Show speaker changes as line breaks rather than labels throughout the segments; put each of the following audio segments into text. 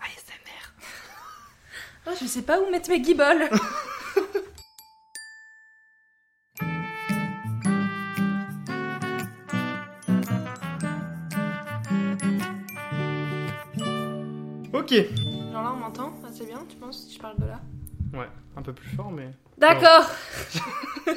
ASMR. Oh, je sais pas où mettre mes guibolles.
Ok.
Genre là, on m'entend Ah, C'est bien, tu penses Si je parle de là
Ouais, un peu plus fort, mais.
D'accord
du
Ah,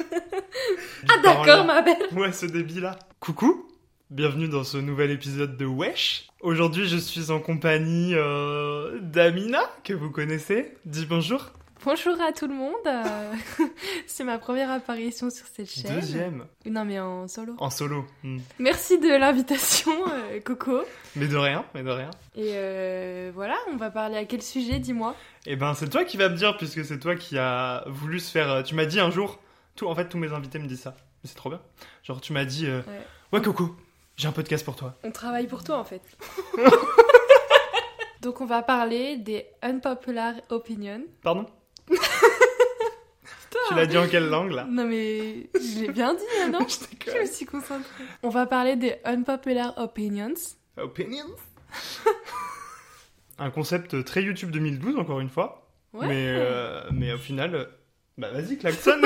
parlant.
d'accord, ma belle
Ouais, ce débit-là. Coucou Bienvenue dans ce nouvel épisode de Wesh. Aujourd'hui, je suis en compagnie euh, d'Amina, que vous connaissez. Dis bonjour.
Bonjour à tout le monde. euh, C'est ma première apparition sur cette chaîne.
Deuxième.
Non, mais en solo.
En solo. Hmm.
Merci de l'invitation, euh, Coco.
Mais de rien, mais de rien.
Et euh, voilà, on va parler à quel sujet, dis-moi
Eh ben, c'est toi qui vas me dire, puisque c'est toi qui as voulu se faire. euh, Tu m'as dit un jour. Tout, en fait, tous mes invités me disent ça. Mais c'est trop bien. Genre, tu m'as dit. euh,
Ouais.
ouais, Coco, j'ai un podcast pour toi.
On travaille pour toi, en fait. Donc, on va parler des unpopular opinions.
Pardon Tu l'as dit en quelle langue là
Non, mais je l'ai bien dit, hein, non
Je
Je me
déconne.
suis concentrée. On va parler des unpopular opinions.
Opinions Un concept très YouTube 2012, encore une fois.
Ouais.
Mais, euh, mais au final, euh, bah vas-y, klaxon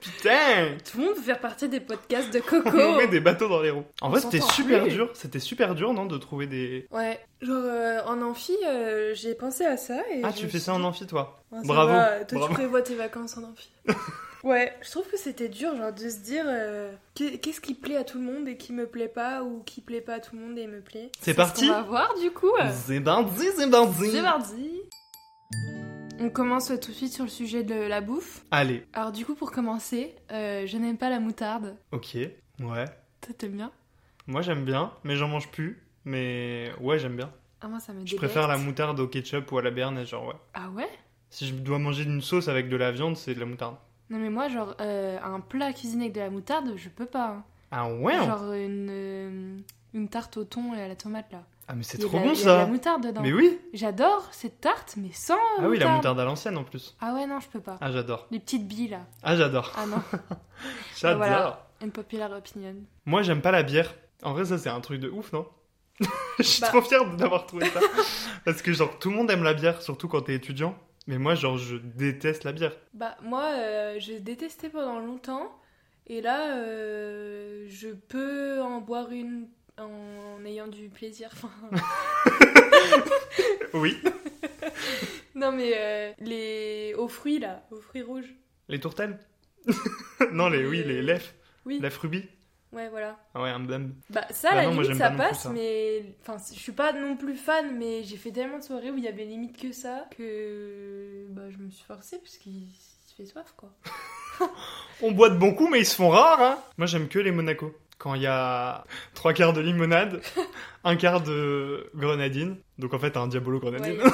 Putain
Tout le monde veut faire partie des podcasts de
On
Coco.
met des bateaux dans les roues. En vrai, c'était
s'entend.
super
Oui.
dur. C'était super dur, non, de trouver des.
Ouais, genre euh, en amphi, euh, j'ai pensé à ça. Et
Ah,
je
tu
me
fais
suis
ça en
dit,
amphi, toi
Ouais, ça
Bravo,
va, Toi,
bravo.
tu prévois tes vacances en amphi. ouais, je trouve que c'était dur, genre de se dire euh, qu'est- qu'est-ce qui plaît à tout le monde et qui me plaît pas, ou qui plaît pas à tout le monde et me plaît.
C'est parti
On va voir du coup.
C'est bandit, c'est bandit
C'est mardi. On commence tout de suite sur le sujet de la bouffe.
Allez,
Alors du coup, pour commencer, euh, je n'aime pas la moutarde.
ok, ouais.
Toi, t'aimes bien
Moi j'aime bien, mais j'en mange plus. Mais ouais, j'aime bien.
Ah moi, ça me
Je
délecte.
préfère la moutarde au ketchup ou à la béarnaise, genre ouais.
Ah ouais
Si je dois manger une sauce avec de la viande, c'est de la moutarde.
Non mais moi, genre, euh, un plat cuisiné avec de la moutarde, je peux pas. hein.
Ah ouais hein.
Genre une, euh, une tarte au thon et à la tomate là.
Ah mais c'est
Il y a
trop
de la-
bon
il y a de la
ça
moutarde dedans.
Mais oui
J'adore cette tarte, mais sans.
Ah oui, la moutarde à l'ancienne en plus.
Ah ouais, non, je peux pas.
Ah j'adore.
Les petites billes là.
Ah j'adore.
Ah non,
J'adore.
voilà. une popular opinion.
Moi j'aime pas la bière. En vrai ça c'est un truc de ouf, non Je suis
Bah.
trop fier d'avoir trouvé ça. Parce que genre tout le monde aime la bière, surtout quand t'es étudiant. Mais moi genre je déteste la bière.
Bah, moi, euh, je détestais pendant longtemps. Et là, euh, je peux en boire une en ayant du plaisir. Enfin,
Oui.
non, mais euh, les. aux fruits là, aux fruits rouges.
Les tourtelles Non les oui, les lèvres.
Oui,
Lèvres rubis.
ouais, voilà.
Ah ouais, un dame.
Bah ça, à
Bah
la
non, moi,
limite, ça
j'aime pas non plus
passe,
ça.
mais... Enfin, je suis pas non plus fan, mais j'ai fait tellement de soirées où il y avait limite que ça, que... Bah, je me suis forcée, parce qu'il se fait soif, quoi.
On boit de bons coups, mais ils se font rares, hein Moi, j'aime que les Monaco. Quand il y a trois quarts de limonade, un quart de grenadine. Donc, en fait, un diabolo
Ouais,
grenadine.
ouais,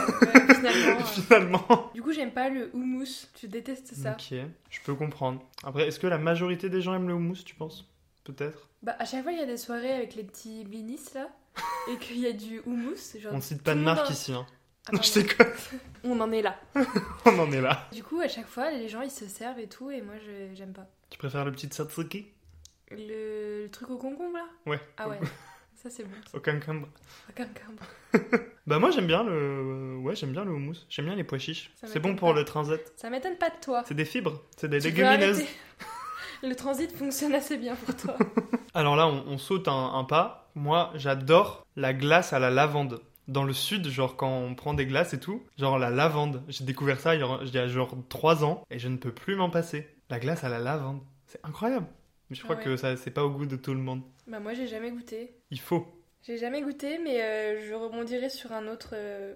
finalement... euh.
Finalement.
Du coup, j'aime pas le houmous, je déteste ça.
Ok, je peux comprendre. Après, est-ce que la majorité des gens aiment le houmous, tu penses Peut-être.
Bah, à chaque fois, il y a des soirées avec les petits blinis, là, et qu'il y a du houmous, genre...
On ne cite pas
Euh, tout
de
le monde
marque
en-
ici, hein.
Ah,
Non, je
pardon.
déconne.
On en est là.
On en est là.
Du coup, à chaque fois, les gens, ils se servent et tout, et moi, je- j'aime pas.
Tu préfères le petit tzatziki
Le... le truc au concombre, là
Ouais.
Ah ouais, ça, c'est bon. ça.
Au concombre.
Ah, concombre.
Bah, moi, j'aime bien le... Ouais, j'aime bien le houmous. J'aime bien les pois chiches.
Ça
C'est
m'étonne
bon pour
pas.
le transit.
Ça m'étonne pas de toi.
C'est des fibres. C'est des
Tu peux
légumineuses.
arrêter. Le transit fonctionne assez bien pour toi.
Alors là, on, on saute un, un pas. Moi, j'adore la glace à la lavande. Dans le sud, genre quand on prend des glaces et tout, genre la lavande. J'ai découvert ça il y a- il y a genre 3 ans et je ne peux plus m'en passer. La glace à la lavande, c'est incroyable. Mais je
Ah
crois
ouais.
que ça, c'est pas au goût de tout le monde.
bah moi j'ai jamais goûté.
Il faut.
J'ai jamais goûté, mais euh, je rebondirai sur un autre, euh,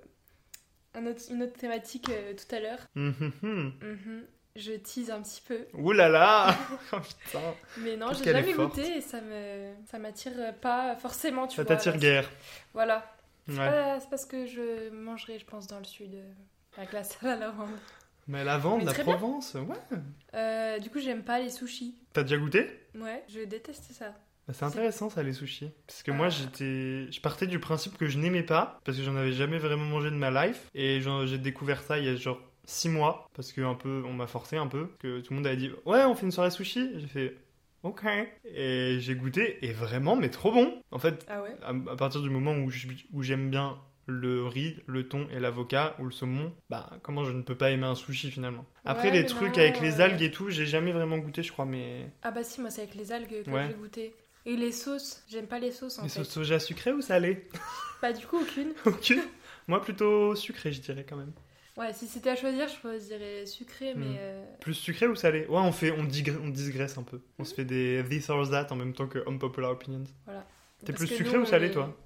un autre- une autre thématique euh, tout à l'heure.
Hum, hum, hum.
Mhm. Je tease un petit peu.
Ouh là là Oh putain
Mais non,
Parce
j'ai
qu'elle est
jamais
forte.
goûté et ça me ça m'attire pas forcément, tu
Ça
vois.
t'attire
parce-
guère.
Voilà.
Ouais.
Ah, c'est parce que je mangerai, je pense, dans le sud, euh, la glace à la lavande.
Mais la vente,
Mais
la
très bien.
Provence, ouais.
Euh, du coup, j'aime pas les sushis.
T'as déjà goûté
Ouais, je déteste ça.
Bah, c'est intéressant ça les sushis parce que
Ah.
moi j'étais je partais du principe que je n'aimais pas parce que j'en avais jamais vraiment mangé de ma life et j'en- j'ai découvert ça il y a genre 6 mois parce que un peu on m'a forcé un peu que tout le monde avait dit ouais on fait une soirée sushi j'ai fait OK et j'ai goûté et vraiment mais trop bon en fait
Ah ouais
à, à partir du moment où je- où j'aime bien le riz, le thon et l'avocat ou le saumon, bah comment je ne peux pas aimer un sushi finalement. Après
Ouais,
les
mais
trucs
non,
avec les
euh,
algues et tout, j'ai jamais vraiment goûté je crois mais
Ah bah si, moi c'est avec les algues que
Ouais.
j'ai goûté. Et les sauces, j'aime pas les sauces en
les
fait.
sauces soja sucrées ou salées
Pas du coup aucune.
Ok. Moi plutôt sucré, je dirais quand même.
Ouais, si c'était à choisir, je choisirais sucré, mais
Mm.
euh,
Plus sucré ou salé Ouais, on fait, on, digre- on digresse un peu. On se fait des this or that en même temps que unpopular opinions. T'es
parce
plus
que
sucré
nous,
ou
on
salé,
est-
toi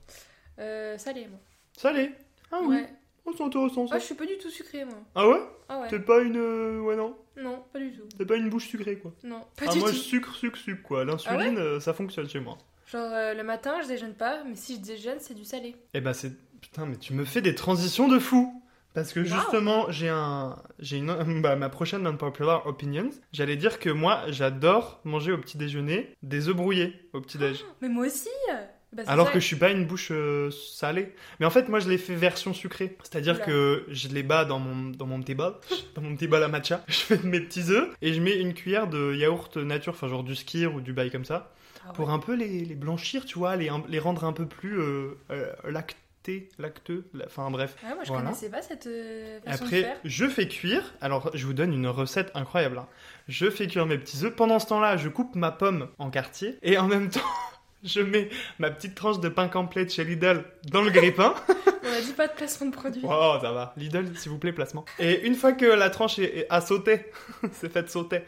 euh, Salé, moi.
Salé. Ah oui.
ouais.
On s'entend, on s'entend.
Ah, je suis pas du tout sucré, moi.
Ah ouais
Ah ouais.
T'es pas une, euh, ouais non,
Non, pas du tout.
t'es pas une bouche sucrée quoi.
Non, pas
ah
du
moi
tout.
je sucre, sucre, sucre quoi. L'insuline,
Ah
euh, ça fonctionne chez moi.
Genre euh, le matin, je déjeune pas, mais si je déjeune, c'est du salé.
Eh ben c'est, putain mais tu me fais des transitions de fou. Parce que justement, j'ai un, j'ai une, bah, ma prochaine unpopular opinions. J'allais dire que moi, j'adore manger au petit déjeuner des œufs brouillés au petit déj.
Mais moi aussi Bah, c'est
Alors
ça.
que je suis pas une bouche euh, salée. Mais en fait, moi, je l'ai fait version sucrée. C'est-à-dire
Oula.
que je les bats dans mon, dans mon petit bol, dans mon petit bol à matcha. Je fais mes petits œufs et je mets une cuillère de yaourt nature, enfin genre du skir ou du bail comme ça,
Ah ouais.
pour un peu les, les blanchir, tu vois, les, les rendre un peu plus euh, euh, lactés, lacteux, la- enfin bref.
Ah, moi, je
Voilà.
connaissais pas cette euh, façon de
Après,
faire.
je fais cuire. Alors, je vous donne une recette incroyable. hein. Je fais cuire mes petits œufs. Pendant ce temps-là, je coupe ma pomme en quartier. Et en même temps, je mets ma petite tranche de pain complet chez Lidl dans le grille-pain.
On a dit pas de placement de produit.
Oh, ça va. Lidl, s'il vous plaît, placement. Et une fois que la tranche est, est- a sauté, c'est faite sauter,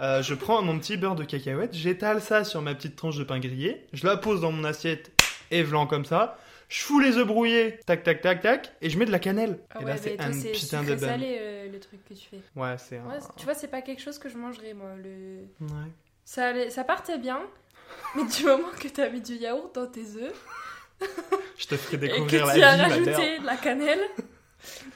euh, je prends mon petit beurre de cacahuète, j'étale ça sur ma petite tranche de pain grillé, je la pose dans mon assiette et vlan comme ça. Je fous les œufs brouillés, tac tac tac tac, et je mets de la cannelle.
Ah
et
ouais,
là,
mais
c'est
toi,
un
c'est
putain de
sucré
bun.
salé euh, le truc que tu fais.
Ouais, c'est un.
Ouais, Tu vois, c'est pas quelque chose que je mangerais, moi. Le...
Ouais.
Ça, allait- ça partait bien, mais du moment que t'as mis du yaourt dans tes œufs
Je te ferai
et
découvrir
que
la
tu
vie,
as
ma terre.
rajouté de la cannelle.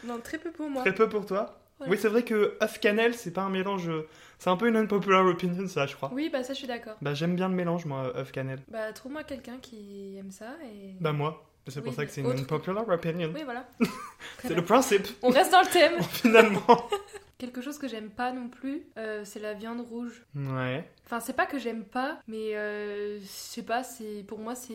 non, très peu pour moi.
Très peu pour toi.
Voilà.
Oui, c'est vrai que œuf cannelle, c'est pas un mélange. euh, C'est un peu une unpopular opinion, ça, je crois.
Oui, bah ça, je suis d'accord.
Bah, j'aime bien le mélange, moi, œuf cannelle.
Bah, trouve-moi quelqu'un qui aime ça et.
Bah, moi. C'est pour
Oui,
ça que c'est une
autre.
unpopular opinion.
Oui, voilà. Très
c'est
bien.
le principe,
On reste dans le thème.
finalement.
Quelque chose que j'aime pas non plus, euh, c'est la viande rouge.
ouais.
Enfin, c'est pas que j'aime pas, mais euh, je sais pas, c'est pour moi c'est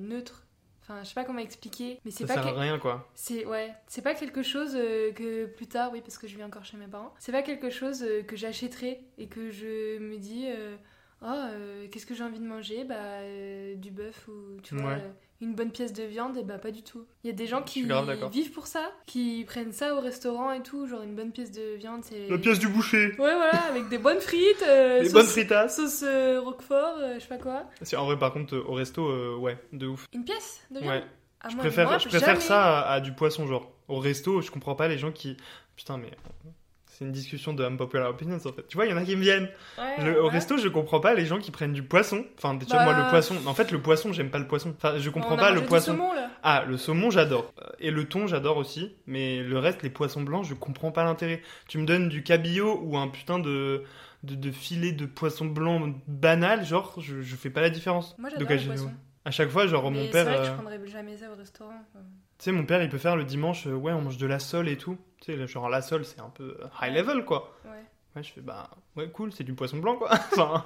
neutre. Enfin, je sais pas comment expliquer, mais c'est
Ça
pas
sert
que-
à rien, quoi.
c'est ouais, c'est pas quelque chose euh, que plus tard, oui, parce que je vis encore chez mes parents. C'est pas quelque chose euh, que j'achèterai et que je me dis euh, ah euh, qu'est-ce que j'ai envie de manger Bah euh, du bœuf ou tu vois
Ouais.
euh, une bonne pièce de viande et bah pas du tout. Il y a des gens
Je suis
qui
grave d'accord.
vivent pour ça, qui prennent ça au restaurant et tout, genre une bonne pièce de viande c'est
La pièce du boucher.
Ouais, voilà, avec des bonnes frites, euh,
Les
sauce,
bonnes fritas.
sauce euh, roquefort, euh, je sais pas quoi.
Si, en vrai, par contre, euh, au resto, euh, ouais, de ouf.
Une pièce de viande
Ouais.
Ah,
je
moi,
préfère,
moi,
je préfère
jamais.
ça à, à du poisson, genre. Au resto, je comprends pas les gens qui. Putain, mais. C'est une discussion de unpopular opinions, en fait. Tu vois, il y en a qui me viennent.
Ouais,
Le- au
voilà.
resto, je comprends pas les gens qui prennent du poisson. Enfin, déjà,
Bah.
moi, le poisson. En fait, le poisson, j'aime pas le poisson. Enfin, je
On
comprends
a
pas
mangé
le
du
poisson.
saumon, là.
Ah, le saumon, j'adore. Euh, Et le thon, j'adore aussi. Mais le reste, les poissons blancs, je comprends pas l'intérêt. Tu me donnes du cabillaud ou un putain de, de, de filet de poisson blanc banal, genre, je, je fais pas la différence.
Moi,
De
j'adore le
Cajino.
poisson.
À chaque fois, genre,
Mais
mon
c'est
père.
vrai que je
euh,
prendrais jamais ça au restaurant. Euh, quoi.
Tu sais, mon père, il peut faire le dimanche, euh, ouais, on mange de la sole et tout. Tu sais, genre, la sole, c'est un peu euh, high level, quoi.
Ouais.
Ouais, je fais, bah, ouais, cool, c'est du poisson blanc, quoi. Enfin,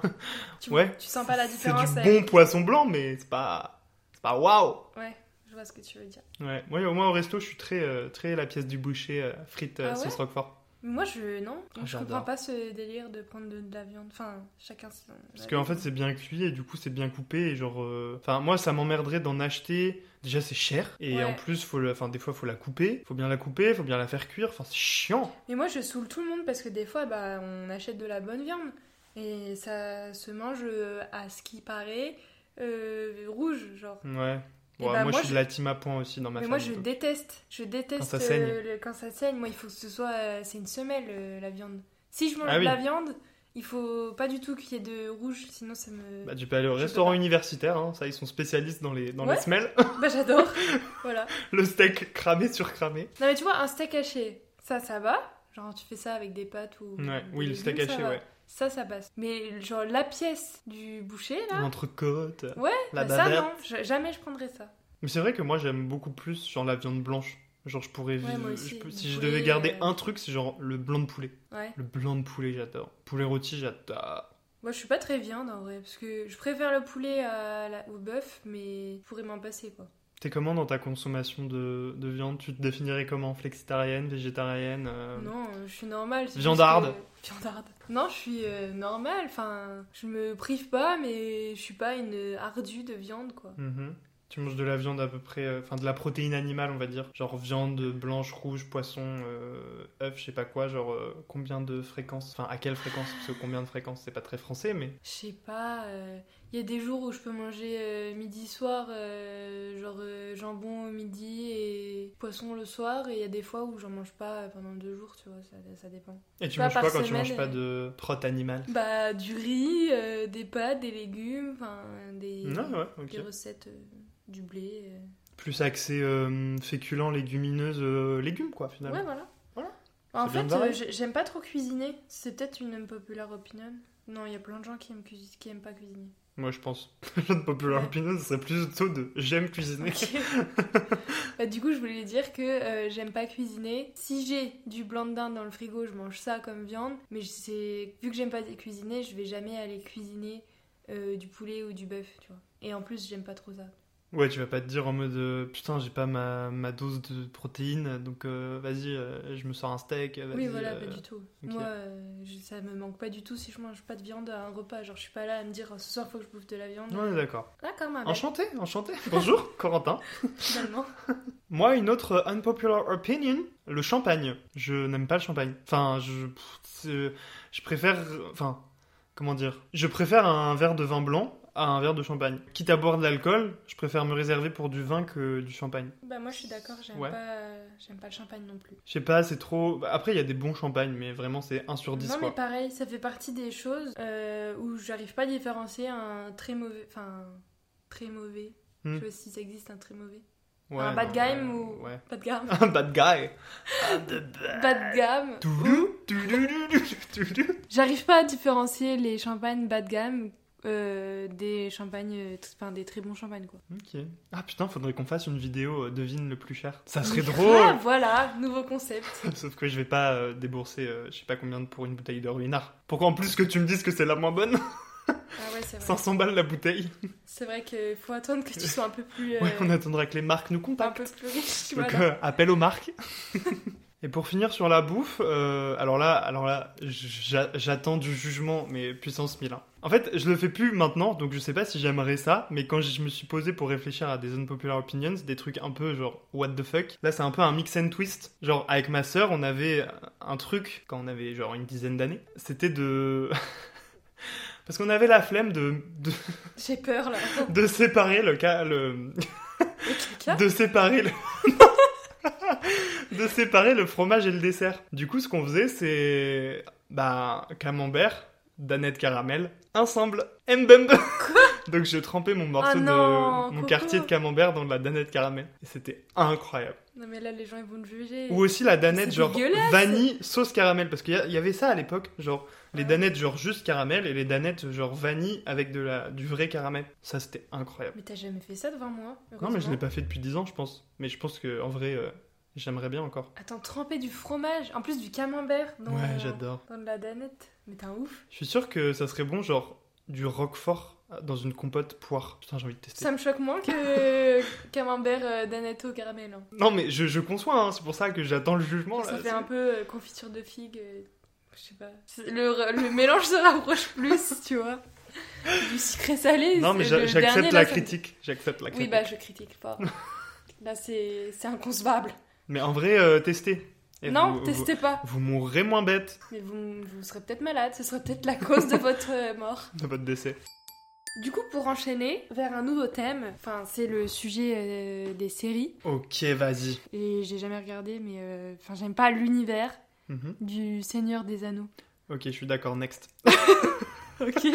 Tu,
Ouais.
tu sens pas la
C'est
différence
du
avec-
bon poisson blanc, mais c'est pas. C'est pas waouh!
Ouais, je vois ce que tu veux dire.
Ouais, moi, au moins au resto, je suis très, euh, très la pièce du boucher, euh, frites, euh,
Ah ouais
sauce roquefort.
Mais moi, je. Non,
Ah,
je
j'adore.
comprends pas ce délire de prendre de, de la viande. Enfin, chacun son.
Parce qu'en fait, c'est bien cuit et du coup, c'est bien coupé. Et genre, euh, enfin, moi, ça m'emmerderait d'en acheter. Déjà, c'est cher. Et
Ouais.
en plus, faut le... enfin, des fois, faut la couper. Faut bien la couper, faut bien la faire cuire. Enfin, c'est chiant.
Mais moi, je saoule tout le monde parce que des fois, bah, on achète de la bonne viande et ça se mange euh, à ce qui paraît euh, rouge, genre.
Ouais.
Et
Ouais,
bah,
moi, je
moi,
suis de la team à point aussi dans ma
Mais
famille.
moi, je
donc.
déteste. Je déteste
ça saigne.
euh, le- quand ça saigne. Moi, il faut que ce soit. euh, c'est une semelle, euh, la viande. Si je mange
Ah oui.
de la viande, il faut pas du tout qu'il y ait de rouge, sinon ça me.
Bah, tu peux aller au
Je
restaurant
peux pas.
universitaire, hein, ça ils sont spécialistes dans les, dans
Ouais.
les semelles.
Bah, j'adore. voilà.
Le steak cramé sur cramé.
Non, mais tu vois, un steak haché, ça, ça va. Genre, tu fais ça avec des pâtes ou.
Ouais,
des
oui, le
légumes,
steak
ça
haché,
va.
ouais.
Ça, ça passe. Mais genre, la pièce du boucher, là,
L'entrecôte,
Ah. Ouais,
la
bah, ça,
bavette.
non. Je- jamais je prendrais ça.
Mais c'est vrai que moi j'aime beaucoup plus genre la viande blanche. Genre je pourrais
Ouais,
vivre-
moi aussi,
je peux-
le
si je
poulet,
devais garder
euh.
un truc, c'est genre le blanc de poulet.
Ouais.
Le blanc de poulet, j'adore. Poulet rôti, j'adore.
Moi, je suis pas très viande en vrai, parce que je préfère le poulet à la- au bœuf, mais je pourrais m'en passer quoi.
T'es comment dans ta consommation de, de viande Tu te définirais comment Flexitarienne, végétarienne euh,
Non, euh, je suis normale. c'est juste
Viandarde.
que- Viandarde. Non, je suis euh, normale, enfin, je me prive pas, mais je suis pas une ardue de viande quoi.
mhm. Tu manges de la viande à peu près, euh, enfin de la protéine animale, on va dire. Genre viande blanche, rouge, poisson, euh, œuf, je sais pas quoi. Genre euh, combien de fréquences Enfin à quelle fréquence Parce que combien de fréquences C'est pas très français, mais.
Je sais pas, il y a des jours où je peux manger euh, midi soir, euh, genre euh, jambon au midi et poisson le soir, et il y a des fois où j'en mange pas pendant deux jours, tu vois, ça, ça dépend.
Et tu
Pas
manges
par
quoi quand tu
semaine,
manges pas
euh.
de protéines animale
Bah, du riz, euh, des pâtes, des légumes, enfin, des.
Non, Ah ouais, ok.
des recettes euh, du blé. euh.
plus axé euh, féculents, légumineuses, euh, légumes quoi finalement.
Ouais, voilà.
Voilà.
En
C'est bien
fait,
barré.
euh, j'ai- j'aime pas trop cuisiner. C'est peut-être une unpopular opinion. Non, il y a plein de gens qui aiment, cuisi- qui aiment pas cuisiner.
Moi je pense, jeune populaire
Ouais.
opinion, ce serait plus tôt de j'aime cuisiner.
Ok. Bah, du coup, je voulais dire que euh, j'aime pas cuisiner. Si j'ai du blanc de dinde dans le frigo, je mange ça comme viande. Mais je sais- vu que j'aime pas cuisiner, je vais jamais aller cuisiner euh, du poulet ou du bœuf, tu vois. Et en plus, j'aime pas trop ça.
Ouais, tu vas pas te dire en mode euh, putain, j'ai pas ma, ma dose de protéines, donc euh, vas-y, euh, je me sors un steak. euh,
Oui,
vas-y,
voilà,
euh,
pas du tout.
ok.
Moi, euh, je- ça me manque pas du tout si je mange pas de viande à un repas. Genre, je suis pas là à me dire, Ah, ce soir, faut que je bouffe de la viande.
Ouais, d'accord.
Ah, quand même,
Enchanté, enchanté. Bonjour, Corentin.
finalement.
Moi, une autre euh, unpopular opinion, le champagne. Je n'aime pas le champagne. Enfin, je, pff, c'est- je préfère, enfin, comment dire, je préfère un verre de vin blanc à un verre de champagne. Quitte à boire de l'alcool, je préfère me réserver pour du vin que du champagne.
Bah, moi, je suis d'accord, j'aime
Ouais.
pas, j'aime pas le champagne non plus.
Je sais pas, c'est trop. bah, Après, il y a des bons champagnes, mais vraiment, c'est 1 sur 10
Non, mais
quoi.
pareil, ça fait partie des choses euh, où j'arrive pas à différencier un très mauvais. Enfin, très mauvais.
Hmm.
Je sais pas si ça existe, un très mauvais.
Ouais,
un bad
non,
game
ouais,
ou.
Ouais.
Bad gamme.
Un bad guy. Ah, de bad.
Bad gamme.
Toulou, toulou, toulou, toulou.
J'arrive pas à différencier les champagnes bas de gamme euh, des champagnes. euh, tr- Enfin, des très bons champagnes, quoi.
Ok. Ah putain, faudrait qu'on fasse une vidéo euh, devine le plus cher. Ça serait
Mais
drôle.
grave, ah, voilà, nouveau concept.
Sauf que je vais pas euh, débourser euh, je sais pas combien de- pour une bouteille de ruinard. Pourquoi en plus que tu me dises que c'est la moins bonne
Ah ouais, c'est vrai.
500 balles la bouteille.
C'est vrai qu'il faut attendre que tu sois un peu plus. euh,
Ouais, on attendra que les marques nous contactent.
un peu plus riche,
Donc
voilà.
euh, appel aux marques. Et pour finir sur la bouffe, euh, alors là, alors là, j'a- j'attends du jugement, mais puissance 1000. hein. En fait, je le fais plus maintenant, donc je sais pas si j'aimerais ça, mais quand je me suis posé pour réfléchir à des unpopular opinions, des trucs un peu genre what the fuck, là c'est un peu un mix and twist. Genre avec ma sœur, on avait un truc quand on avait genre une dizaine d'années, c'était de parce qu'on avait la flemme de, de,
J'ai peur là.
de séparer le cas le,
Le caca.
de séparer le... de séparer le fromage et le dessert. Du coup, ce qu'on faisait, c'est bah camembert, danette caramel, ensemble, mbembe. Donc je trempais mon morceau
Ah
de
non,
mon
Coco.
quartier de camembert dans de la danette caramel et c'était incroyable.
Non mais là les gens ils vont te juger.
Ou aussi la danette
C'est
genre
dégueulasse.
vanille sauce caramel parce qu'il y, a- il y avait ça à l'époque, genre les
Ouais.
danettes genre juste caramel et les danettes genre vanille avec de la du vrai caramel. Ça c'était incroyable.
Mais t'as jamais fait ça devant moi.
Non, mais je l'ai
heureusement.
pas fait depuis 10 ans, je pense. Mais je pense que en vrai, euh, j'aimerais bien encore.
Attends, tremper du fromage, en plus du camembert dans,
Ouais, j'adore.
dans de la danette. Mais t'es un ouf.
Je suis sûr que ça serait bon, genre du roquefort dans une compote poire. Putain, j'ai envie de tester.
Ça me choque moins que camembert euh, danette au caramel. hein.
Non, mais je, je conçois, hein, c'est pour ça que j'attends le jugement.
ça
là.
fait un peu euh, confiture de figue. euh, je sais pas. C'est- Le, re- le mélange se rapproche plus, tu vois. Du sucré salé.
Non, mais
c'est
j'a-
le
j'accepte
dernier,
la
là, ça-
critique. J'accepte la
Oui,
critique.
bah je critique pas. Là c'est c'est inconcevable.
Mais en vrai, euh, testez. Et
non,
vous-
testez pas.
Vous, vous mourrez moins bête
Mais vous, vous serez peut-être malade, ce serait peut-être la cause de votre euh, mort.
de votre décès.
Du coup, pour enchaîner vers un nouveau thème, enfin, c'est le sujet euh, des séries.
Ok, vas-y.
Et j'ai jamais regardé, mais euh, enfin, j'aime pas l'univers
Mhm.
du Seigneur des Anneaux.
Ok, je suis d'accord, next.
Ok,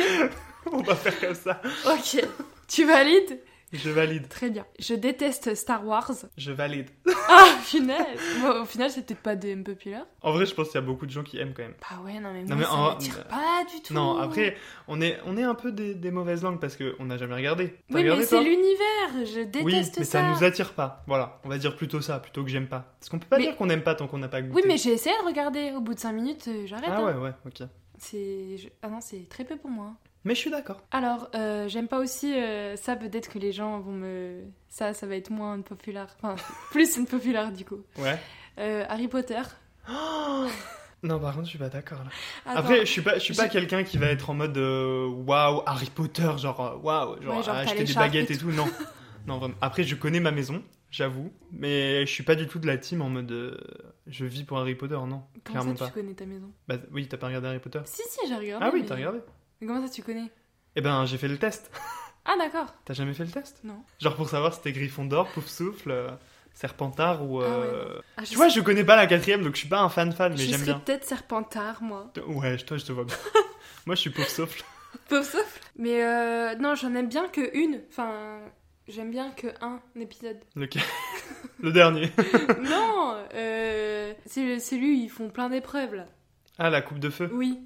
On va faire comme ça.
ok. Tu valides
Je valide.
Très bien. Je déteste Star Wars.
Je valide.
Ah, punaise Bon, Au final, c'est peut-être pas des populaires.
En vrai, je pense qu'il y a beaucoup de gens qui aiment quand même.
Bah ouais, non mais moi,
Non, mais
ça
en-
m'attire pas du tout.
Non, après, on est, on est un peu des, des mauvaises langues parce qu'on n'a jamais regardé. T'as
Oui,
regardé,
mais
toi
c'est l'univers. Je déteste
Oui, mais ça.
ça
nous attire pas. Voilà, on va dire plutôt ça, plutôt que j'aime pas. Parce qu'on peut pas
Mais-
dire qu'on n'aime pas tant qu'on n'a pas goûté.
Oui, mais j'ai essayé de regarder. Au bout de 5 minutes, euh, j'arrête.
Ah
hein.
ouais, ouais, ok.
C'est... je- Ah non, c'est très peu pour moi.
Mais je suis d'accord.
Alors, euh, j'aime pas aussi euh, ça, peut-être que les gens vont me... Ça, ça va être moins populaire. Enfin, plus populaire du coup.
Ouais.
Euh, Harry Potter.
Oh non, par contre, je suis pas d'accord là.
Attends.
Après, je suis pas, je suis pas
j'ai-
quelqu'un qui va être en mode euh, waouh, Harry Potter, genre euh, waouh, genre,
Ouais, genre,
ah,
t'as
acheter
les
des
chars et
baguettes et tout. Non, non, vraiment. Après, je connais ma maison, j'avoue, mais je suis pas du tout de la team en mode euh, je vis pour Harry Potter, non,
Comment
clairement
ça,
pas.
tu connais ta maison
Bah oui, t'as pas regardé Harry Potter
Si, si, j'ai regardé.
Ah oui,
mais-
t'as regardé
Mais comment ça, tu connais
Eh ben, j'ai fait le test.
Ah d'accord.
T'as jamais fait le test
Non.
Genre pour savoir si t'es Gryffondor, Poufsouffle, euh, Serpentard ou.
Ah ouais,
euh,
Ah, je
Tu vois,
sais-
je connais pas la quatrième, donc je suis pas un fan fan, mais
je
j'aime
serais
bien.
peut-être Serpentard, moi.
Ouais, je- toi, je te vois bien. Moi, je suis Poufsouffle.
Pauvre souffle. Mais euh, non, j'en aime bien que une. Enfin, j'aime bien que un épisode.
Lequel Le dernier.
non, euh, c'est c'est lui, ils font plein d'épreuves là.
Ah, la coupe de feu.
Oui.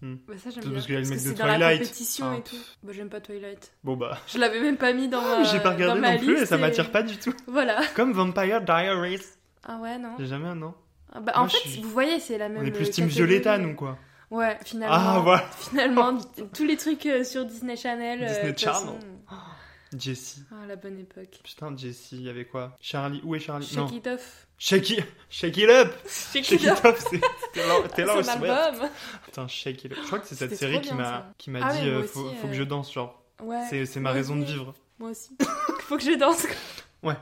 Hmm.
Bah ça j'aime
Parce
bien.
qu'il y a le mec
que
de
c'est dans la
Twilight.
compétition
Ah.
et tout. Bah j'aime pas Twilight.
Bon bah,
Je l'avais même pas mis dans ma
Ah, j'ai pas regardé
Euh, dans ma
non plus et
liste euh,
ça m'attire pas du tout.
Voilà.
Comme Vampire Diaries.
Ah ouais, non.
J'ai jamais un nom.
Ah, bah en
Moi, je
fait,
suis-
vous voyez, c'est la même
On est plus
euh,
Team
catégorie.
Violetta, nous quoi.
Ouais, finalement.
Ah, voilà.
Finalement, tous les trucs euh, sur Disney Channel. euh,
Disney
de toute façon.
Jessie.
Ah, la bonne époque.
Putain, Jessie, il y avait quoi Charlie, où est Charlie
Shake
Ah, Non.
It Off.
Shake it... shake it up
Shake
Shake
It Off,
it up, c'est- t'es là, t'es là au
son
sweat.
album.
Putain, Shake It Up. Je crois que c'est cette
C'était
série
trop
qui
bien,
m'a
ça.
qui m'a
Ah
dit
ouais, moi
euh, faut,
aussi,
faut que
euh,
je danse, genre.
Ouais.
C'est c'est ma
Ouais,
raison de
ouais.
vivre.
Moi aussi. Faut que je danse.
Ouais.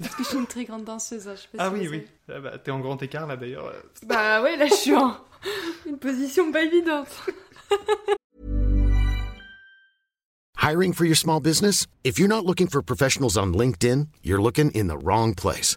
Parce que je suis une très grande danseuse. hein, je sais pas
Ah
si
oui,
vous
oui. Ah bah, T'es en grand écart là d'ailleurs. euh,
savez. Bah ouais, là je suis en une position pas évidente.
Hiring for your small business? If you're not looking for professionals on LinkedIn, you're looking in the wrong place.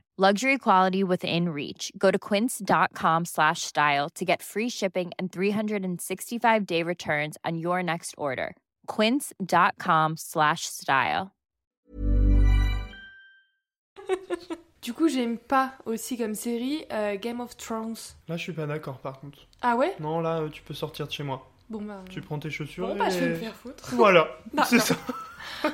Luxury quality within reach. Go to quince.com slash style to get free shipping and 365 day returns on your next order. Quince.com slash style.
Du coup, j'aime pas aussi comme série euh, Game of Thrones.
Là, je suis pas d'accord par contre.
Ah ouais
Non, là, euh, tu peux sortir de chez moi.
Bon bah.
Tu prends tes chaussures
Bon
et...
bah, je vais me faire foutre.
Voilà,
Non,
c'est
non.
ça.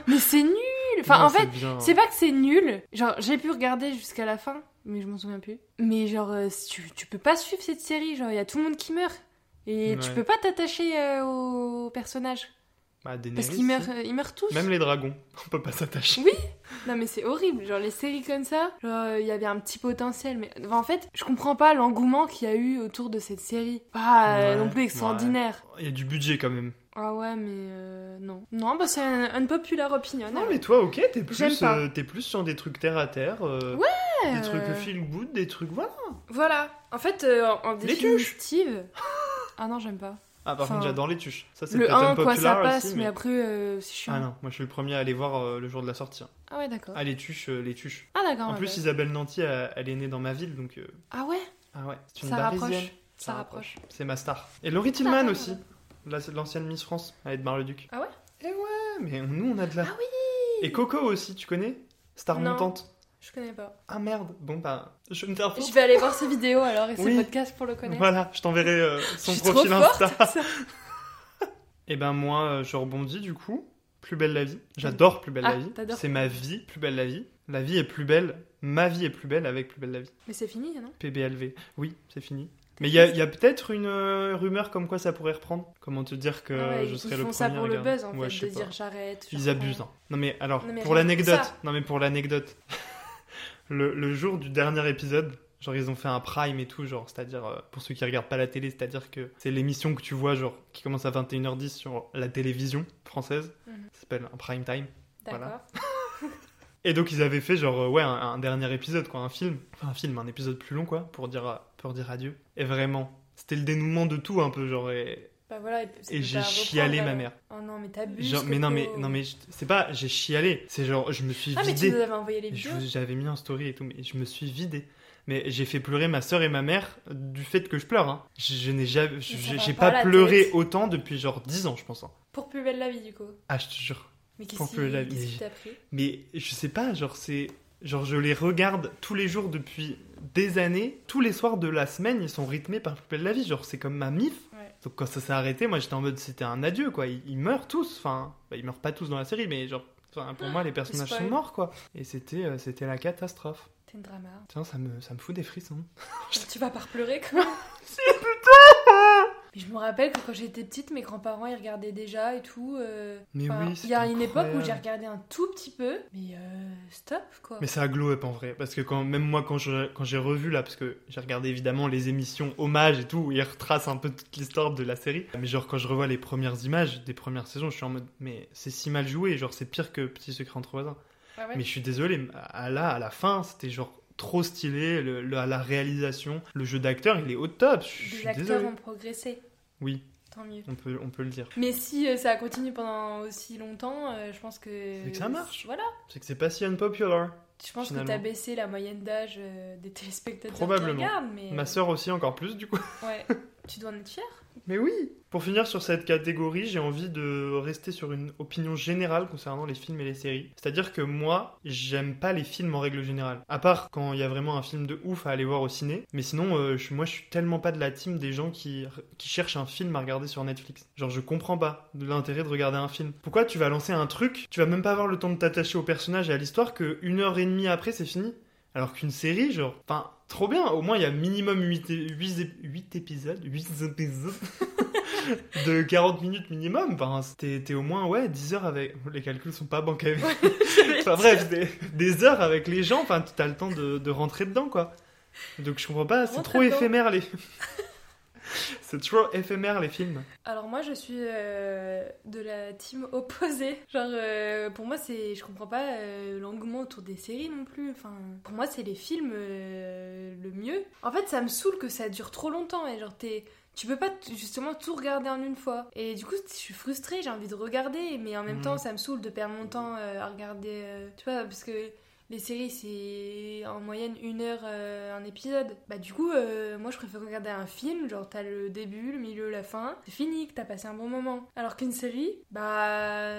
Mais c'est nul Enfin,
Non,
en
c'est
fait,
bien.
c'est pas que c'est nul. Genre, j'ai pu regarder jusqu'à la fin, mais je m'en souviens plus. Mais genre, euh, tu, tu peux pas suivre cette série. Genre, il y a tout le monde qui meurt. Et tu
Ouais.
peux pas t'attacher euh, aux personnages.
Bah, Daenerys,
Parce qu'ils meurent,
si.
euh, ils meurent tous.
Même les dragons, on peut pas s'attacher.
Oui. Non mais c'est horrible, genre les séries comme ça, genre euh, il y avait un petit potentiel, mais enfin, en fait je comprends pas l'engouement qu'il y a eu autour de cette série. Pas euh,
Ouais,
non plus extraordinaire.
Il y a du budget quand même.
Ah ouais mais euh, non. Non bah c'est un, une populaire opinion.
Non,
hein.
mais toi, ok, t'es
J'aime
plus,
pas.
euh, t'es plus sur des trucs terre à terre. euh, Des trucs
Euh,
feel good, des trucs voilà.
Voilà, en fait euh, en, en
Les
définitive... Ah non j'aime pas.
Ah, par
Enfin,
contre, j'adore les tuches. Ça, c'est
Le
peut-être un
1 quoi
populaire
ça passe,
aussi,
mais...
mais-
après euh, c'est chiant.
Ah non, moi je suis le premier à aller voir euh, le jour de la sortie. hein.
Ah ouais d'accord.
Ah, les tuches, euh, les tuches.
Ah d'accord.
en
ouais,
plus,
bah.
Isabelle Nanty, elle, elle est née dans ma ville, donc. euh,
Ah ouais
Ah ouais, c'est une
Ça
parisienne.
rapproche. Ça rapproche.
C'est ma star. Et Laurie Tillman
ouais,
aussi. La- L'ancienne Miss France, elle est de Bar-le-Duc.
Ah ouais
Eh ouais, mais nous on a de la.
Ah oui
Et Coco aussi, tu connais Star
Non.
montante.
Je connais pas.
Ah merde, bon bah, je vais me faire
Je
foutre.
vais aller voir ses vidéos alors et ses
Oui.
podcasts pour le connaître.
Voilà, je t'enverrai euh,
Je
son
suis trop
profil
forte,
Insta.
ça.
Et ben moi, euh, je rebondis du coup. Plus belle la vie. J'adore Plus belle
Ah,
la vie.
t'adores.
C'est ma vie, Plus belle la vie. La vie est plus belle. Ma vie est plus belle avec Plus belle la vie.
Mais c'est fini, non
PBLV. Oui, c'est fini. Mais il y a, il y a peut-être une euh, rumeur comme quoi ça pourrait reprendre. Comment te dire que
Ah ouais,
Euh, je
Ils
serais
font
le premier
ça
à
pour le
regarder.
buzz, en
Ouais, je
fait,
sais
de
pas.
dire j'arrête. je
Ils
reprends.
abusent. hein. Non mais alors,
Non, mais
pour
rien que pour
l'anecdote,
ça.
non mais pour l'anecdote, le, le jour du dernier épisode, genre ils ont fait un prime et tout, genre c'est-à-dire euh, pour ceux qui regardent pas la télé, c'est-à-dire que c'est l'émission que tu vois genre qui commence à 21h10 sur la télévision française,
Mhm.
ça s'appelle un prime time.
D'accord.
hein, Voilà. Et donc ils avaient fait genre euh, ouais un, un dernier épisode quoi, un film, enfin un film, un épisode plus long quoi, pour dire euh, pour dire adieu. Et vraiment, c'était le dénouement de tout un peu genre et,
Bah voilà, et, puis ça
et
peut
j'ai
pas
chialé
reprendre,
ma
alors.
mère.
Oh non, mais t'abuses.
Genre, mais non mais
Coco.
non mais je- c'est pas j'ai chialé, c'est genre je me suis
Ah, mais
vidé.
tu nous avais envoyé les
Je
vidéos.
vous- J'avais mis en story et tout, mais je me suis vidé. Mais j'ai fait pleurer ma soeur et ma mère euh, du fait que je pleure. hein. Je, je n'ai jamais, je-
ça
j'ai
va
j'ai
pas
pas,
la
pleuré
tête.
autant depuis genre 10 ans, je pense. hein.
Pour plus belle la vie, du coup.
Ah, je te jure.
Mais qu'est-ce
Pour plus belle la
qui- qu'est-ce
vie.
qui t'a pris
Mais je sais pas, genre c'est, genre je les regarde tous les jours depuis des années. Tous les soirs de la semaine, ils sont rythmés par plus belle la vie. Genre c'est comme ma mif.
Ouais.
Donc quand ça s'est arrêté, moi j'étais en mode c'était un adieu quoi. Ils, ils meurent tous, enfin bah, ils meurent pas tous dans la série, mais genre enfin, pour moi les personnages sont
Ah, spoil.
morts quoi. Et c'était, euh, c'était la catastrophe.
T'es une drama.
Tiens, ça me, ça me fout des frissons.
tu vas pas pleurer quand même. Mais je me rappelle que quand j'étais petite, mes grands-parents ils regardaient déjà et tout. euh,
Mais
enfin,
oui, c'est
Il y a une époque où
incroyable.
j'ai regardé un tout petit peu, mais euh, stop quoi.
Mais ça a glow up en vrai, parce que quand, même moi quand je- quand j'ai revu là, parce que j'ai regardé évidemment les émissions hommages et tout, où ils retracent un peu toute l'histoire de la série, mais genre quand je revois les premières images des premières saisons, je suis en mode mais c'est si mal joué, genre c'est pire que Petit Secret entre voisins.
Ah ouais.
Mais je suis désolé, mais à, à la- à la fin c'était genre trop stylé, le, le- à la réalisation, le jeu d'acteur il est au top, je, je
Les
suis
acteurs
désolé.
ont progressé,
Oui,
tant mieux.
on peut, on peut le dire.
Mais si euh, ça continue pendant aussi longtemps, euh, je pense que.
C'est que ça marche.
Voilà.
C'est que c'est pas si unpopular.
Je pense
Finalement.
que t'as baissé la moyenne d'âge euh, des téléspectateurs. qui
Probablement.
regardent, mais. euh,
Ma sœur aussi encore plus du coup.
Ouais. tu dois en être fier.
Mais oui Pour finir sur cette catégorie, j'ai envie de rester sur une opinion générale concernant les films et les séries. C'est-à-dire que moi, j'aime pas les films en règle générale. À part quand il y a vraiment un film de ouf à aller voir au ciné. Mais sinon, euh, je- moi, je suis tellement pas de la team des gens qui, qui cherchent un film à regarder sur Netflix. Genre, je comprends pas de l'intérêt de regarder un film. Pourquoi tu vas lancer un truc, tu vas même pas avoir le temps de t'attacher au personnage et à l'histoire que une heure et demie après, c'est fini alors qu'une série, genre, enfin, trop bien, au moins il y a minimum 8, épisodes, 8 épisodes de 40 minutes minimum. Enfin, t'es t'es au moins, ouais, 10 heures avec. Les calculs sont pas bancales. enfin, bref, des, des heures avec les gens, enfin, t'as le temps de, de rentrer dedans, quoi. Donc je comprends pas, c'est
Rentre
trop
dedans.
éphémère les. c'est trop éphémère les films.
Alors moi je suis euh, de la team opposée. Genre euh, pour moi c'est je comprends pas euh, l'engouement autour des séries non plus. Enfin pour moi c'est les films euh, le mieux. En fait ça me saoule que ça dure trop longtemps et genre t'es tu peux pas t- justement tout regarder en une fois. Et du coup je suis frustrée, j'ai envie de regarder mais en même
Mhm.
temps ça me saoule de perdre mon temps euh, à regarder euh, tu vois parce que les séries, c'est en moyenne une heure euh, un épisode. Bah du coup, euh, moi je préfère regarder un film, genre t'as le début, le milieu, la fin, c'est fini, que t'as passé un bon moment. Alors qu'une série, bah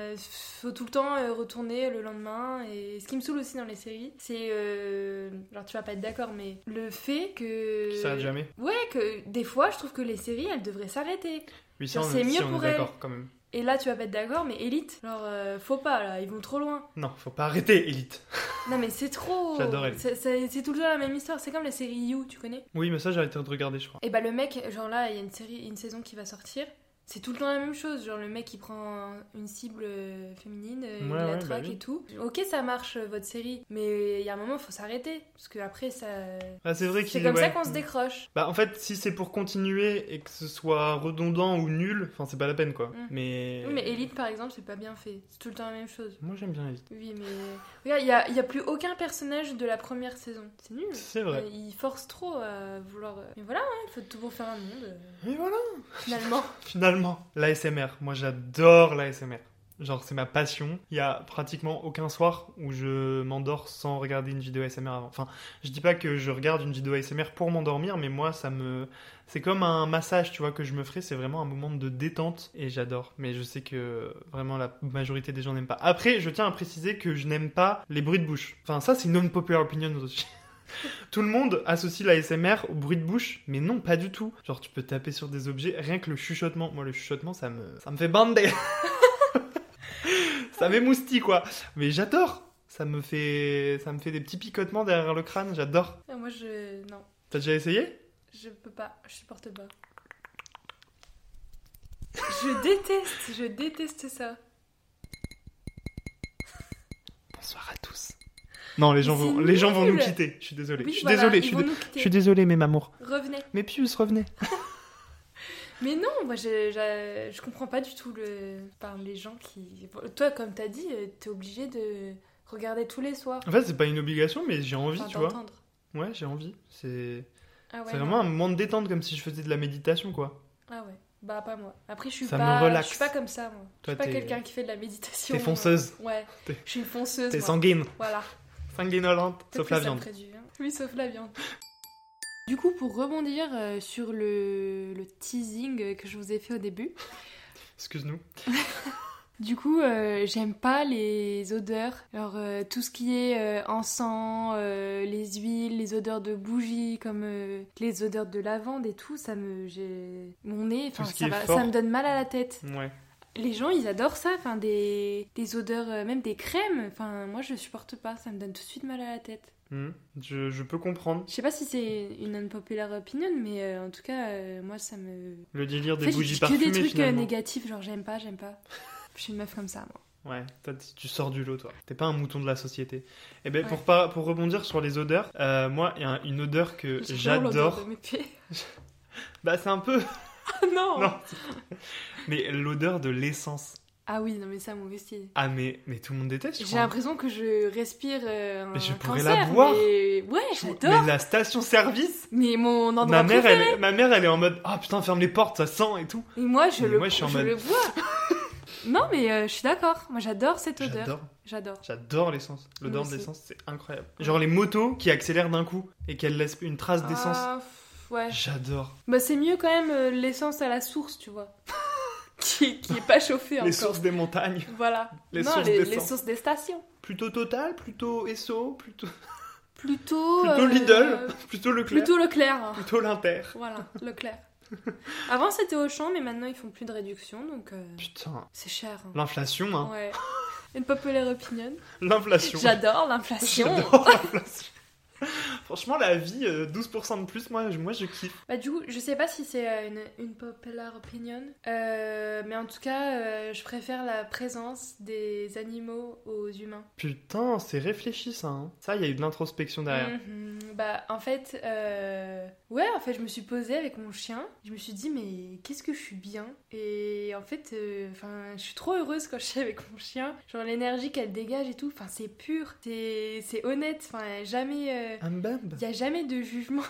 faut tout le temps euh, retourner le lendemain. Et ce qui me saoule aussi dans les séries, c'est euh, genre tu vas pas être d'accord, mais le fait que
Qui s'arrêtent jamais.
ouais que des fois je trouve que les séries elles devraient s'arrêter.
Oui,
Genre,
on-
c'est mieux
on est
pour
d'accord
elle.
quand même.
Et là tu vas pas être d'accord, mais Elite, genre euh, faut pas là, ils vont trop loin.
Non, faut pas arrêter, Elite.
Non mais c'est trop
J'adore elle.
C'est- C'est c'est tout le temps la même histoire, c'est comme la série You, tu connais
Oui, mais ça j'ai arrêté de regarder, je crois.
Et bah le mec, genre là, il y a une série, une saison qui va sortir, c'est tout le temps la même chose, genre le mec il prend une cible euh, féminine, euh, il
Ouais,
la
ouais, bah
traque
oui.
et tout. Ok ça marche euh, votre série, mais il y a un moment faut s'arrêter, parce que après ça...
Ah, c'est vrai
C'est
qu'il-
comme ça
ouais.
qu'on se décroche.
Bah en fait, si c'est pour continuer et que ce soit redondant ou nul, enfin c'est pas la peine quoi.
Mm.
Mais...
Oui, mais Elite par exemple c'est pas bien fait, c'est tout le temps la même chose.
Moi j'aime bien Elite.
Oui mais... Regarde, il y a, il y a plus aucun personnage de la première saison, c'est nul
C'est vrai.
Euh, Il force trop à vouloir... Mais voilà, hein, il faut tout pour faire un monde. euh.
Mais voilà.
Finalement.
Finalement, l'ASMR. Moi j'adore l'ASMR. Genre c'est ma passion. Il y a pratiquement aucun soir où je m'endors sans regarder une vidéo ASMR avant. Enfin, je dis pas que je regarde une vidéo ASMR pour m'endormir, mais moi ça me... C'est comme un massage, tu vois, que je me ferai. C'est vraiment un moment de détente et j'adore. Mais je sais que vraiment la majorité des gens n'aiment pas. Après, je tiens à préciser que je n'aime pas les bruits de bouche. Enfin, ça c'est une non-popular opinion aussi. Tout le monde associe l'ASMR au bruit de bouche, mais non, pas du tout. Genre, tu peux taper sur des objets, rien que le chuchotement. Moi, le chuchotement, ça me, ça me fait bander. ça m'émoustille quoi. Mais j'adore. Ça me fait, ça me fait des petits picotements derrière le crâne. J'adore.
Ah, Moi, je. Non,
T'as déjà essayé
je peux pas, je supporte pas. Je déteste, je déteste ça.
Bonsoir à tous. Non, les gens
C'est
vont, les gens vont nous
nul.
quitter. Je suis désolé.
Oui,
je suis
voilà,
désolé.
ils
Je suis,
vont
dé-
nous
je
quitter.
suis désolé, mes mamours.
Revenez.
Mes puces, revenez.
Mais non, moi je, je, je comprends pas du tout le, par les gens qui. Toi, comme t'as dit, euh, t'es obligé de regarder tous les soirs.
En fait, c'est pas une obligation, mais j'ai envie,
Enfin,
tu vois.
d'entendre.
Ouais, j'ai envie. C'est,
Ah ouais,
c'est
non.
vraiment un moment de détente, comme si je faisais de la méditation, quoi.
Ah ouais, bah pas moi. Après, je suis,
Ça me
pas,
relaxe.
je suis pas comme ça, moi.
Toi,
je suis
t'es-
pas quelqu'un qui fait de la méditation.
t'es fonceuse.
euh, Ouais,
T'es-
je suis une fonceuse.
T'es
moi.
sanguine,
Voilà.
sanguinolente, sauf
Peut-être
la
que ça me
viande.
réduit, hein. Oui, sauf la viande. Du coup, pour rebondir euh, sur le, le teasing euh, que je vous ai fait au début,
Excuse-nous.
du coup, euh, j'aime pas les odeurs. Alors, euh, tout ce qui est euh, encens, euh, les huiles, les odeurs de bougies, comme euh, les odeurs de lavande et tout, ça me. j'ai- Mon nez,
Tout
enfin,
ce qui
ça,
est
va-
fort.
ça me donne mal à la tête.
Ouais.
Les gens, ils adorent ça, enfin, des, des odeurs, euh, même des crèmes. Enfin, moi, je supporte pas, ça me donne tout de suite mal à la tête.
Hmm. Je, je peux comprendre
Je sais pas si c'est une unpopular opinion, mais euh, en tout cas, euh, moi ça me.
le délire
En
des
fait, je
bougies
dis que
parfumées
des trucs euh,
finalement.
négatifs, genre j'aime pas, j'aime pas. Je suis une meuf comme ça, moi.
Ouais, toi, t- tu sors du lot, toi. T'es pas un mouton de la société. Et ben
Ouais.
pour, pas, pour rebondir sur les odeurs, euh, moi, il y a une odeur que
l'odeur
Euh, j'adore.
de mes pieds.
Bah, c'est un peu.
Ah non,
Non. Mais l'odeur de l'essence.
Ah oui, non, mais ça, mon style.
Ah, mais, mais tout le monde déteste, je
J'ai
crois.
l'impression que je respire euh, un
Mais je pourrais la
cancer.
boire.
mais- Ouais,
Mais
j'adore.
la station-service
Mais mon endroit
ma mère,
préféré.
elle, ma mère, elle est en mode Ah putain, ferme les portes, ça sent et tout.
Et moi, je
Mais
le,
moi, je suis en mode-
le bois. non, mais euh, je suis d'accord. Moi, j'adore cette odeur.
J'adore.
J'adore.
J'adore l'essence. L'odeur
Moi
de
aussi.
l'essence, c'est incroyable. Genre les motos qui accélèrent d'un coup et qu'elles laissent une trace d'essence.
Ah, pff, ouais.
J'adore.
Bah c'est mieux quand même euh, l'essence à la source, tu vois. qui, qui est pas chauffée
Les
encore.
sources des montagnes.
Voilà.
Les
non,
sources
les,
d'essence.
les sources des stations.
Plutôt Total, plutôt SO, plutôt,
Plutôt...
plutôt
euh,
Lidl, plutôt Leclerc, plutôt,
Plutôt Leclerc. hein.
l'Inter.
voilà, Leclerc. Avant c'était Auchan, mais maintenant ils font plus de réduction, donc euh,
Putain,
c'est cher. hein.
l'inflation, hein.
Ouais. Une populaire opinion.
L'inflation.
J'adore l'inflation.
J'adore l'inflation. Franchement, la vie, euh, 12% de plus, moi, je- moi je kiffe.
Bah du coup, je sais pas si c'est euh, une, une popular opinion, euh, mais en tout cas, euh, je préfère la présence des animaux aux humains.
Putain, c'est réfléchi ça. hein. Ça, il y a eu de l'introspection derrière.
Mhm. Bah en fait, euh, ouais, en fait, je me suis posée avec mon chien. Je me suis dit mais qu'est-ce que je suis bien. Et en fait, euh, enfin, je suis trop heureuse quand je suis avec mon chien. Genre l'énergie qu'elle dégage et tout. Enfin, c'est pur, c'est c'est honnête. Enfin, jamais,
Un bam.
il y a jamais de jugement.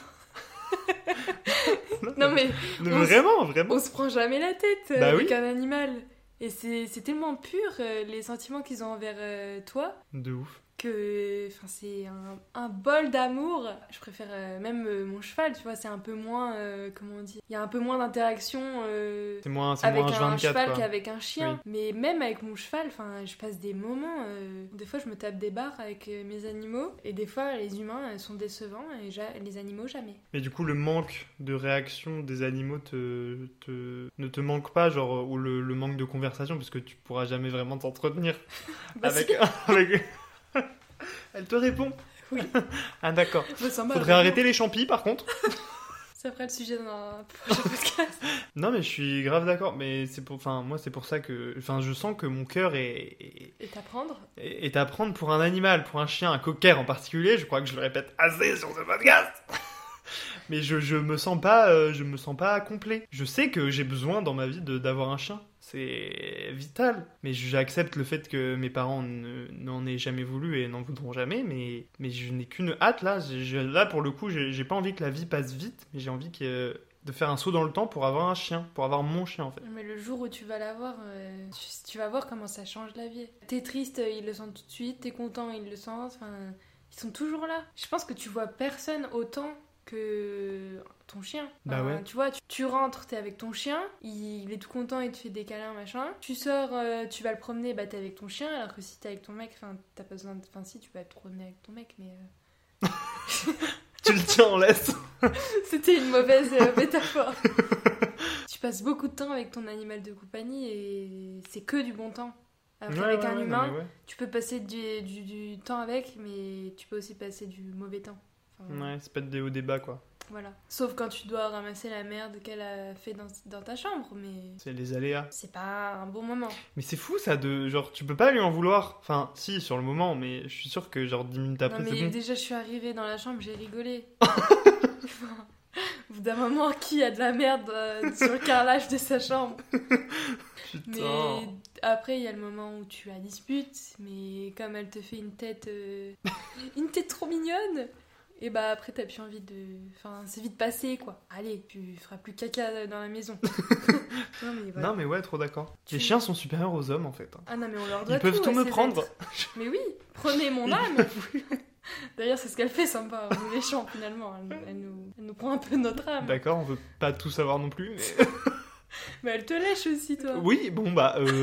non mais
Mais
on s-
Vraiment, vraiment.
on se prend jamais la tête euh,
Bah
avec
oui.
un animal. Et c'est c'est tellement pur euh, les sentiments qu'ils ont envers euh, toi
De ouf.
que enfin c'est un, un bol d'amour je préfère euh, même euh, mon cheval tu vois c'est un peu moins euh, comment on dit il y a un peu moins d'interaction euh,
C'est moins, c'est
avec
moins
un
24
cheval
quoi.
qu'avec un chien
Oui.
mais même avec mon cheval enfin je passe des moments euh, des fois je me tape des barres avec euh, mes animaux et des fois les humains euh, sont décevants et ja- les animaux jamais
Mais du coup, le manque de réaction des animaux te, te- ne te manque pas, genre, ou le, le manque de conversation, parce que tu pourras jamais vraiment t'entretenir
Bah,
avec,
si,
avec- Elle te répond
Oui. Bah,
Ah d'accord.
je me sens mal.
Faudrait arrêter les champis, par contre.
ça fera le sujet d'un prochain podcast
Non, mais je suis grave d'accord. Mais c'est pour... Enfin, moi, c'est pour ça que... Enfin, je sens que mon cœur est... est-
et t'apprendre
est à prendre pour un animal, pour un chien, un cocker en particulier. Je crois que je le répète assez sur ce podcast. Mais je, je me sens pas, euh, je me sens pas complet. Je sais que j'ai besoin dans ma vie de- d'avoir un chien. C'est vital. Mais j'accepte le fait que mes parents ne- n'en aient jamais voulu et n'en voudront jamais. Mais, mais je n'ai qu'une hâte là. Je- je- là pour le coup, j'ai j'ai pas envie que la vie passe vite. Mais j'ai envie que- de faire un saut dans le temps pour avoir un chien, pour avoir mon chien en fait.
Mais le jour où tu vas l'avoir, euh, tu, tu vas voir comment ça change la vie. T'es triste, euh, ils le sentent tout de suite. T'es content, ils le sentent. Enfin, ils sont toujours là. Je pense que tu vois personne autant que ton chien.
Bah
Enfin,
ouais.
Tu vois, tu, tu rentres, t'es avec ton chien, il, il est tout content, il te fait des câlins, machin. Tu sors, euh, tu vas le promener, bah t'es avec ton chien, alors que si t'es avec ton mec, enfin t'as pas besoin de... Enfin si, tu vas te promener avec ton mec, mais... euh,
tu le tiens en laisse.
C'était une mauvaise euh, métaphore. tu passes beaucoup de temps avec ton animal de compagnie et c'est que du bon temps. Après,
Ouais,
avec
ouais,
un
ouais, non,
humain,
mais ouais.
tu peux passer du, du- du temps avec, mais tu peux aussi passer du mauvais temps. Enfin,
Ouais, c'est pas des hauts débats, quoi.
Voilà. Sauf quand tu dois ramasser la merde qu'elle a fait dans, dans ta chambre, mais
C'est les aléas.
c'est pas un bon moment.
Mais c'est fou, ça, de... Genre, tu peux pas lui en vouloir. Enfin, si, sur le moment, mais je suis sûr que, genre, 10 minutes après,
non,
c'est
mais
bon.
déjà, je suis arrivée dans la chambre, j'ai rigolé. Au bout d'un moment, qui a de la merde euh, sur le carrelage de sa chambre Mais
Putain.
après, il y a le moment où tu la disputes, mais comme elle te fait une tête, euh, une tête trop mignonne, et bah après t'as plus envie de, enfin c'est vite passé quoi. Allez, tu feras plus caca dans la maison. non mais voilà.
Non, mais ouais, trop d'accord. Les
Tu-
chiens sont supérieurs aux hommes, en fait. hein.
Ah non mais on leur doit
Ils peuvent
à
tout me
ces
prendre.
êtres. Mais oui, prenez mon âme. D'ailleurs c'est ce qu'elle fait, sympa, hein. nous les chants, finalement. Elle, nous- elle nous, elle nous prend un peu notre âme.
D'accord, on veut pas tout savoir non plus, mais...
Mais elle te lèche aussi toi.
Oui, bon bah, euh,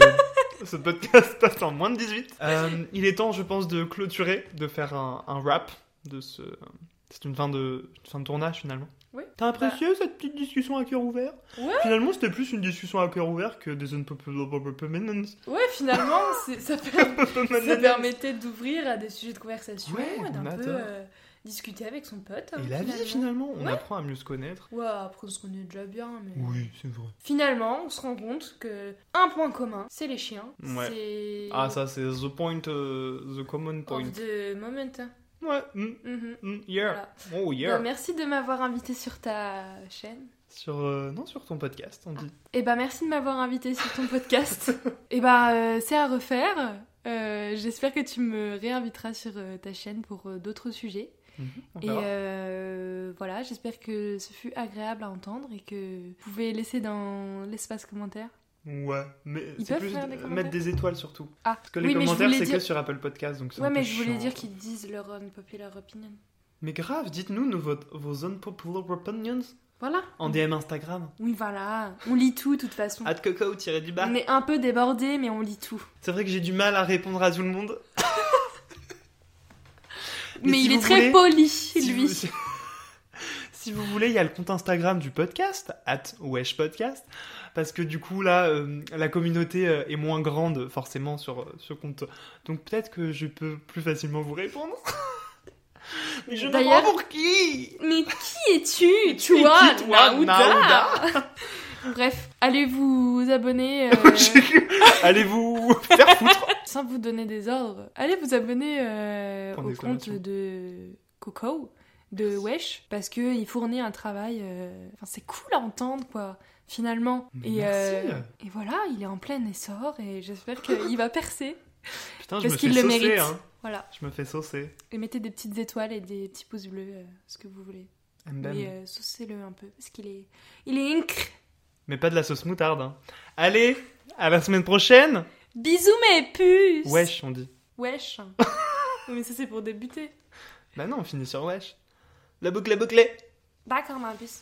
ce podcast passe en moins de 18. Euh, il est temps, je pense, de clôturer, de faire un, un wrap de ce. C'est une fin de une fin de tournage finalement.
Oui.
T'as apprécié cette petite discussion à cœur ouvert
Ouais.
Finalement, c'était plus une discussion à cœur ouvert que des unpopular
Ouais finalement c'est- ça fait Ça permettait d'ouvrir à des sujets de conversation,
Ouais,
et d'un
on
peu
adore.
euh, discuter avec son pote.
Et la vie finalement, on
hein. Ouais.
apprend à mieux se connaître.
Ouais, après on se connaît déjà bien, mais...
Oui, c'est vrai.
Finalement, on se rend compte que un point commun, c'est les chiens.
Ouais.
C'est...
Ah, ça, c'est the point, euh, the common point.
De moment. hein.
Ouais, mm,
Mhm.
mm, yeah.
Voilà.
Oh yeah.
Bah, merci de m'avoir invité sur ta chaîne.
Sur, euh, non, sur ton podcast, on dit.
Et bah merci de m'avoir invité sur ton podcast. Et bah euh, c'est à refaire. Euh, j'espère que tu me réinviteras sur euh, ta chaîne pour euh, d'autres sujets.
Mhm, on
Et
verra.
euh, voilà, j'espère que ce fut agréable à entendre et que vous pouvez laisser dans l'espace commentaire.
Ouais, mais
euh, Ils
c'est
peuvent
plus
faire des
de-
commentaires
mettre des étoiles surtout.
Ah,
Parce que les
oui, mais je
commentaires,
voulais
c'est que
dire...
sur Apple Podcast, donc c'est un
Ouais,
peu
mais je voulais
chiant. hein.
dire qu'ils disent leur unpopular opinion.
Mais grave, dites-nous nos- vos, vos unpopular opinions
Voilà.
en DM Instagram.
Oui, voilà. On lit tout, de toute façon.
At coco du bas.
On est un peu débordé, mais on lit tout.
C'est vrai que j'ai du mal à répondre à tout le monde.
Mais,
si
il est
vous
très
voulez-
poli,
Si
lui.
vous- si- Si vous voulez, il y a le compte Instagram du podcast, at wesh podcast, parce que du coup, là, euh, la communauté euh, est moins grande, forcément, sur euh, ce compte. Donc peut-être que je peux plus facilement vous répondre. Mais je me
D'ailleurs-
prends pour qui
Mais qui es-tu
Tu es
Toi,
qui, toi,
Naouda Bref, allez vous abonner. euh,
J'ai cru- Allez-vous faire foutre
sans vous donner des ordres, allez vous abonner euh,
Point
au compte
d'exclamation.
de Coco, de Wesh, parce qu'il fournit un travail. euh, Enfin, c'est cool à entendre, quoi, finalement.
Mais
Et, euh,
merci.
et voilà, il est en plein essor et j'espère qu'il va percer.
Putain, je
Parce
me fais
qu'il le
saucer,
mérite.
hein.
Voilà.
Je me fais saucer.
Et mettez des petites étoiles et des petits pouces bleus, euh, ce que vous voulez.
Aime bien.
Mais euh, saucez-le un peu, parce qu'il est. Il est incre
Mais pas de la sauce moutarde. hein. Allez, à la semaine prochaine
Bisous, mes puces
Wesh, on dit.
Wesh Mais ça, c'est pour débuter.
Bah non, on finit sur wesh. La boucle, la boucle est-
D'accord, ma puce.